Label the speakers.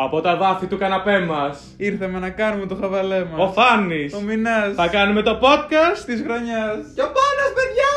Speaker 1: Από τα δάθη του καναπέ μας.
Speaker 2: Ήρθαμε να κάνουμε το χαβαλέ μας.
Speaker 1: Ο Φάνης.
Speaker 2: Ο Μινάς.
Speaker 1: Θα κάνουμε το podcast.
Speaker 2: Της χρονιάς.
Speaker 1: Και ο Πάνας, παιδιά!